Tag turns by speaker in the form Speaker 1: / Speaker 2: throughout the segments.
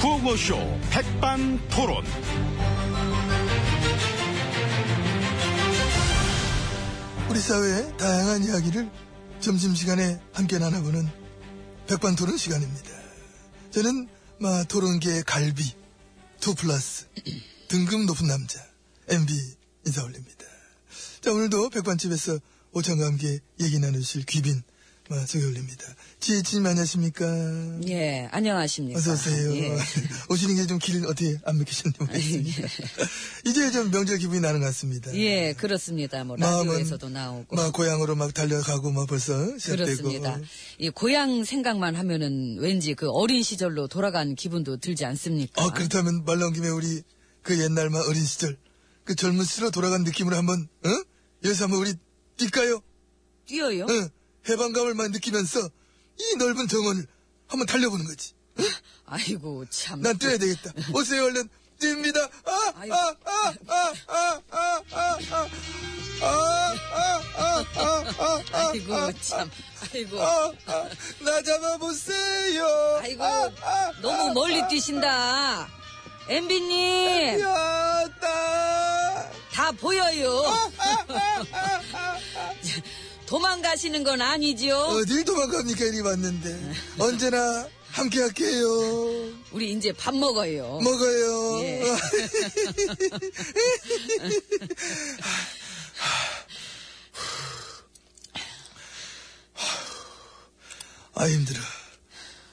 Speaker 1: 구호쇼 백반토론.
Speaker 2: 우리 사회의 다양한 이야기를 점심시간에 함께 나눠보는 백반토론 시간입니다. 저는 마, 토론계의 갈비, 투 플러스, 등급 높은 남자, MB 인사 올립니다. 자, 오늘도 백반집에서 오찬과 함께 얘기 나누실 귀빈, 마, 소개 올립니다. 지혜진님 안녕하십니까?
Speaker 3: 예, 안녕하십니까.
Speaker 2: 어서오세요.
Speaker 3: 예. 아,
Speaker 2: 오시는 게 좀 길 어떻게 안 맥히셨는지 모르겠습니다. 이제 좀 명절 기분이 나는 것 같습니다.
Speaker 3: 예, 그렇습니다. 뭐,
Speaker 2: 마음은
Speaker 3: 라디오에서도 나오고.
Speaker 2: 막 고향으로 막 달려가고 막 벌써 시작되고.
Speaker 3: 그렇습니다. 이 고향 생각만 하면은 왠지 그 어린 시절로 돌아간 기분도 들지 않습니까?
Speaker 2: 아 그렇다면 말 나온 김에 우리 그 옛날 막 어린 시절 그 젊은 시절로 돌아간 느낌으로 한번 어? 여기서 한번 우리 뛸까요?
Speaker 3: 뛰어요?
Speaker 2: 어? 해방감을 막 느끼면서 이 넓은 정원을 한번 달려보는 거지.
Speaker 3: 아이고, 참.
Speaker 2: 난 뛰어야 되겠다. 오세요 얼른 뜁니다.
Speaker 3: 음. 아이고.
Speaker 2: 아, 아아아아아아아아아아아아아아아나
Speaker 3: 아이고, 참. 아이고.
Speaker 2: 잡아보세요. 아,
Speaker 3: 아이고, 너무 멀리 뛰신다. 엠비님,
Speaker 2: 뛰었다.
Speaker 3: 다 보여요.
Speaker 2: 아,
Speaker 3: 도망가시는 건 아니지요?
Speaker 2: 어딜 도망갑니까 이리
Speaker 3: 네.
Speaker 2: 왔는데 언제나 함께 할게요.
Speaker 3: 우리 이제 밥 먹어요.
Speaker 2: 뭐- 먹어요.
Speaker 3: 예.
Speaker 2: 아 힘들어.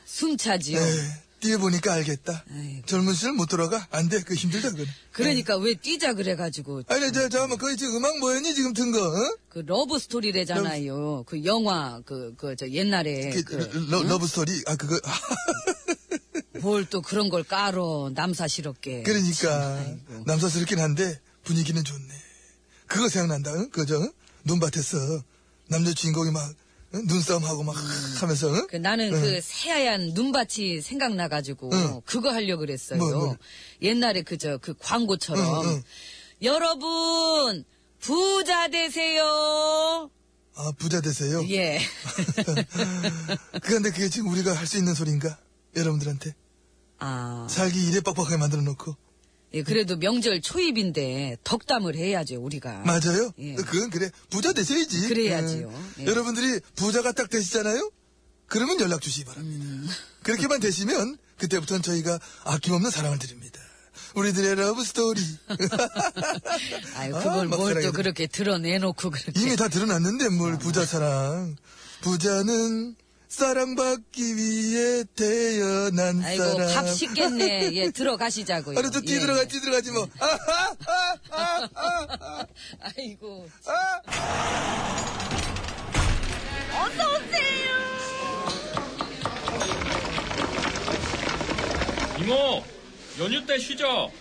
Speaker 3: 숨 차지요.
Speaker 2: 네, 뛰어보니까 알겠다.
Speaker 3: 아이고.
Speaker 2: 젊은 시절 못 돌아가 안 돼. 그 힘들다 그건.
Speaker 3: 그러니까 왜 뛰자 그래가지고
Speaker 2: 아니 저 잠깐만 거기 지금 음악 뭐였니 지금 든 거? 어?
Speaker 3: 그 러브 스토리래잖아요. 그 영화 그 그 저 옛날에
Speaker 2: 그, 러, 러브 스토리 아 그거
Speaker 3: 뭘 또 그런 걸 깔어 남사시럽게.
Speaker 2: 그러니까 남사스럽긴 한데 분위기는 좋네. 그거 생각난다. 응? 그저 응? 눈밭에서 남자 주인공이 막 응? 눈싸움하고 막 하면서 응?
Speaker 3: 그 나는
Speaker 2: 응.
Speaker 3: 그 새하얀 눈밭이 생각나가지고
Speaker 2: 응.
Speaker 3: 그거 하려 고 그랬어요.
Speaker 2: 뭐, 뭐.
Speaker 3: 옛날에 그 저 그 광고처럼
Speaker 2: 응, 응.
Speaker 3: 여러분 부자 되세요.
Speaker 2: 아 부자 되세요.
Speaker 3: 예.
Speaker 2: 그런데 그게 지금 우리가 할 수 있는 소리인가? 여러분들한테
Speaker 3: 아
Speaker 2: 살기 이래 빡빡하게 만들어 놓고
Speaker 3: 예, 그래도 명절 초입인데 덕담을 해야죠 우리가.
Speaker 2: 맞아요.
Speaker 3: 예.
Speaker 2: 그건 그래 부자 되셔야지.
Speaker 3: 그래야지요.
Speaker 2: 예.
Speaker 3: 예.
Speaker 2: 여러분들이 부자가 딱 되시잖아요. 그러면 연락 주시기 바랍니다.
Speaker 3: 음.
Speaker 2: 그렇게만 되시면 그때부터는 저희가 아낌없는 사랑을 드립니다. 우리들의 러브 스토리
Speaker 3: 아유
Speaker 2: 아,
Speaker 3: 그걸
Speaker 2: 막
Speaker 3: 뭘 또
Speaker 2: 사랑해.
Speaker 3: 그렇게 드러내놓고 그렇게.
Speaker 2: 이미 다 드러났는데 뭘 부자 사랑. 부자는 사랑받기 위해 태어난
Speaker 3: 아이고
Speaker 2: 사람.
Speaker 3: 밥 식겠네. 예 들어가시자고요.
Speaker 2: 아니 또
Speaker 3: 예,
Speaker 2: 뛰들어가
Speaker 3: 예.
Speaker 2: 뛰들어가지 뭐. 아, 아, 아, 아, 아, 아,
Speaker 3: 예. 아이고.
Speaker 2: 아.
Speaker 4: 이모, 연휴 때 쉬죠?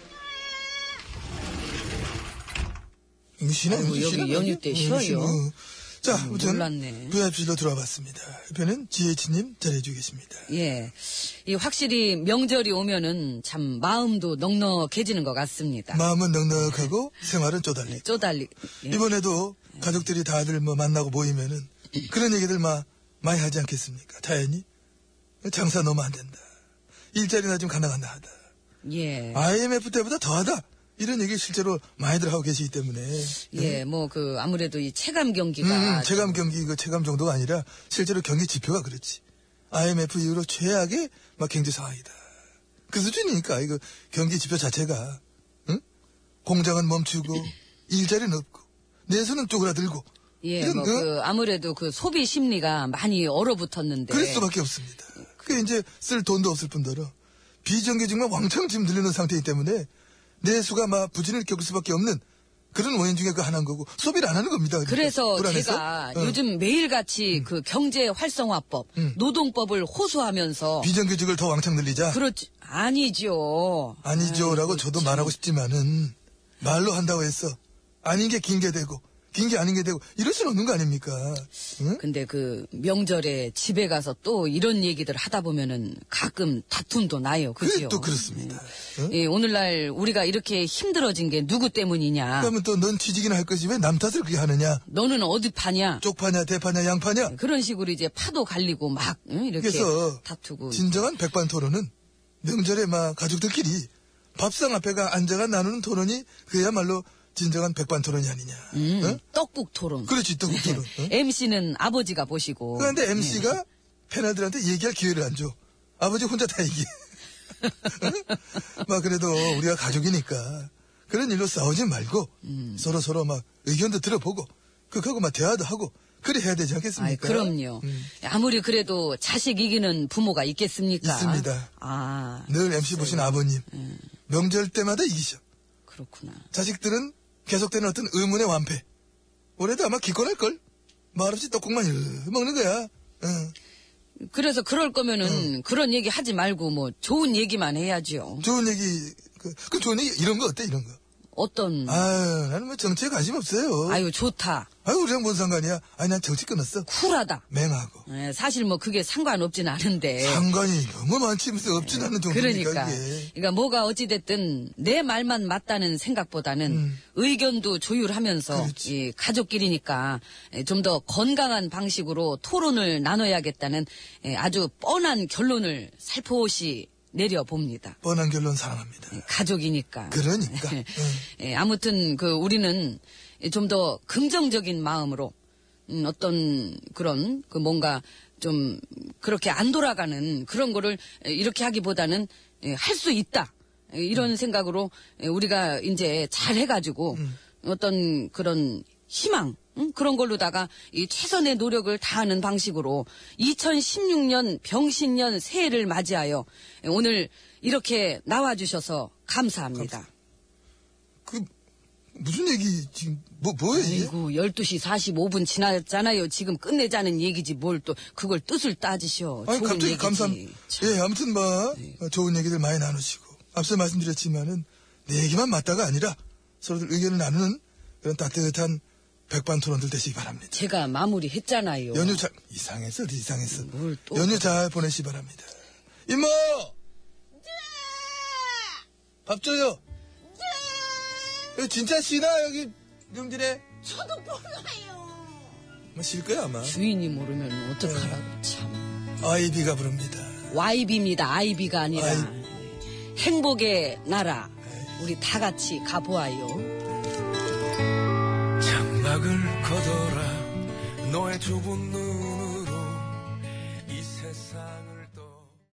Speaker 2: 쉬나
Speaker 3: 아이고,
Speaker 2: 연휴
Speaker 3: 여기
Speaker 2: 쉬나?
Speaker 3: 연휴 때
Speaker 2: 음,
Speaker 3: 쉬어요.
Speaker 2: 쉬고. 자,
Speaker 3: 음,
Speaker 2: 아무튼
Speaker 3: 몰랐네.
Speaker 2: VIP실로 들어와 봤습니다. 옆에는 GH님 잘해주고 계십니다.
Speaker 3: 예. 이 확실히 명절이 오면은 참 마음도 넉넉해지는 것 같습니다.
Speaker 2: 마음은 넉넉하고 생활은 쪼달리고.
Speaker 3: 쪼달리. 예.
Speaker 2: 이번에도 가족들이 다들 뭐 만나고 모이면은 그런 얘기들 마, 많이 하지 않겠습니까? 자연히? 장사 너무 안 된다. 일자리나 좀 가나간다 하다.
Speaker 3: 예.
Speaker 2: 아, IMF 때보다 더 하다. 이런 얘기 실제로 많이들 하고 계시기 때문에.
Speaker 3: 예, 뭐, 그, 아무래도 이 체감 경기가.
Speaker 2: 네? 음, 체감 경기 그 체감 정도가 아니라 실제로 경기 지표가 그렇지. IMF 이후로 최악의 막 경제 상황이다. 그 수준이니까 이거 경기 지표 자체가 응? 공장은 멈추고 일자리는 없고 내수는 쪼그라들고
Speaker 3: 예,
Speaker 2: 이건
Speaker 3: 뭐,
Speaker 2: 그-
Speaker 3: 그, 아무래도 그 소비 심리가 많이 얼어붙었는데.
Speaker 2: 그럴 수밖에 없습니다. 그게 이제 쓸 돈도 없을 뿐더러 비정규직만 왕창 지금 늘리는 상태이기 때문에 내수가 막 부진을 겪을 수밖에 없는 그런 원인 중에 그 하나인 거고 소비를 안 하는 겁니다. 그러니까.
Speaker 3: 그래서
Speaker 2: 불안해서.
Speaker 3: 제가
Speaker 2: 어.
Speaker 3: 요즘 매일같이 그 경제 활성화법, 노동법을 호소하면서.
Speaker 2: 비정규직을 더 왕창 늘리자.
Speaker 3: 그렇지, 아니죠.
Speaker 2: 아니죠라고 저도 말하고 싶지만은 말로 한다고 해서 아닌 게 긴 게 되고 긴 게 아닌 게 되고 이럴 수는 없는 거 아닙니까? 응?
Speaker 3: 근데 그 명절에 집에 가서 또 이런 얘기들 하다 보면은 가끔 다툼도 나요.
Speaker 2: 그게
Speaker 3: 그죠?
Speaker 2: 또 그렇습니다. 응?
Speaker 3: 예, 오늘날 우리가 이렇게 힘들어진 게 누구 때문이냐?
Speaker 2: 그러면 또 넌 취직이나 할 것이 왜 남 탓을 그게 하느냐?
Speaker 3: 너는 어디 파냐?
Speaker 2: 쪽파냐 대파냐 양파냐?
Speaker 3: 그런 식으로 이제 파도 갈리고 막 응? 이렇게
Speaker 2: 그래서
Speaker 3: 다투고
Speaker 2: 진정한 백반토론은 명절에 막 가족들끼리 밥상 앞에가 앉아가 나누는 토론이 그야말로 진정한 백반 토론이 아니냐.
Speaker 3: 음, 네.
Speaker 2: 어?
Speaker 3: 떡국 토론.
Speaker 2: 그렇지, 떡국 토론. 어?
Speaker 3: MC는 아버지가 보시고.
Speaker 2: 그런데 MC가 패널들한테 얘기할 기회를 안 줘. 아버지 혼자 다 얘기해. 응? 막 그래도 우리가 가족이니까 그런 일로 싸우지 말고
Speaker 3: 음.
Speaker 2: 서로 서로 막 의견도 들어보고 그하고 막 대화도 하고 그래 해야 되지
Speaker 3: 아이,
Speaker 2: 않겠습니까?
Speaker 3: 그럼요.
Speaker 2: 음.
Speaker 3: 아무리 그래도 자식 이기는 부모가 있겠습니까?
Speaker 2: 있습니다.
Speaker 3: 아, 음.
Speaker 2: 늘 MC 보신 아버님 명절 때마다 이기셔.
Speaker 3: 그렇구나.
Speaker 2: 자식들은 계속되는 어떤 의문의 완패. 올해도 아마 기권할 걸. 말없이 떡국만 이렇게 먹는 거야. 어. 응.
Speaker 3: 그래서 그럴 거면은
Speaker 2: 음.
Speaker 3: 그런 얘기 하지 말고 뭐 좋은 얘기만 해야지요.
Speaker 2: 좋은 얘기 그, 그 좋은 얘기 이런 거 어때 이런 거?
Speaker 3: 어떤
Speaker 2: 아유, 나는 뭐 정치에 관심 없어요. 음. 아유,
Speaker 3: 아유 좋다.
Speaker 2: 우리랑 뭔 상관이야? 아니, 난 정치 끊었어.
Speaker 3: 쿨하다.
Speaker 2: 맹하고.
Speaker 3: 예, 사실 뭐 그게 상관없진 않은데.
Speaker 2: 네. 상관이 너무 많지, 무슨 없진 않은 정도니까,
Speaker 3: 그러니까.
Speaker 2: 이게.
Speaker 3: 그러니까 뭐가 어찌됐든 내 말만 맞다는 생각보다는 의견도 조율하면서
Speaker 2: 음. 그렇지.
Speaker 3: 이 가족끼리니까 예, 좀 더 건강한 방식으로 토론을 나눠야겠다는 예, 아주 뻔한 결론을 살포시 내려봅니다.
Speaker 2: 뻔한 결론 사랑합니다.
Speaker 3: 가족이니까.
Speaker 2: 그러니까. 응.
Speaker 3: 예, 아무튼 그 우리는 좀 더 긍정적인 마음으로 음, 어떤 그런 그 뭔가 좀 그렇게 안 돌아가는 그런 거를 에, 이렇게 하기보다는 예, 할 수 있다 에, 이런 생각으로 에, 우리가 이제 잘 해가지고 어떤 그런 희망 응? 그런 걸로다가 이 최선의 노력을 다하는 방식으로 2016년 병신년 새해를 맞이하여 에, 오늘 이렇게 나와주셔서 감사합니다.
Speaker 2: 그, 무슨 얘기, 지금, 뭐, 뭐야, 이게?
Speaker 3: 아이고, 12시 45분 지났잖아요. 지금 끝내자는 얘기지 뭘 또 그걸 뜻을 따지셔.
Speaker 2: 아니,
Speaker 3: 어, 좋은
Speaker 2: 갑자기
Speaker 3: 얘기지.
Speaker 2: 감사함.
Speaker 3: 참. 네.
Speaker 2: 예, 아무튼 뭐, 어, 좋은 얘기들 많이 나누시고. 앞서 말씀드렸지만은, 내 얘기만 맞다가 아니라, 서로들 의견을 나누는 그런 따뜻한 백반 토론들 되시기 바랍니다.
Speaker 3: 제가 마무리했잖아요.
Speaker 2: 연휴 잘, 이상했어, 이상했어.
Speaker 3: 뭘 또.
Speaker 2: 연휴 잘 보내시기 바랍니다. 이모! 밥 줘요. 여기 진짜 씨나, 여기, 룸질에.
Speaker 5: 네. 저도 몰라요.
Speaker 2: 뭐쉴 거야, 아마.
Speaker 3: 주인이 모르면 어떡하라고 참.
Speaker 2: 아이비가 부릅니다.
Speaker 3: YB입니다. IB가 아니라
Speaker 2: 아이.
Speaker 3: 행복의 나라. 우리 다 같이 가보아요.
Speaker 6: 장막을 걷어라 너의 좁은 눈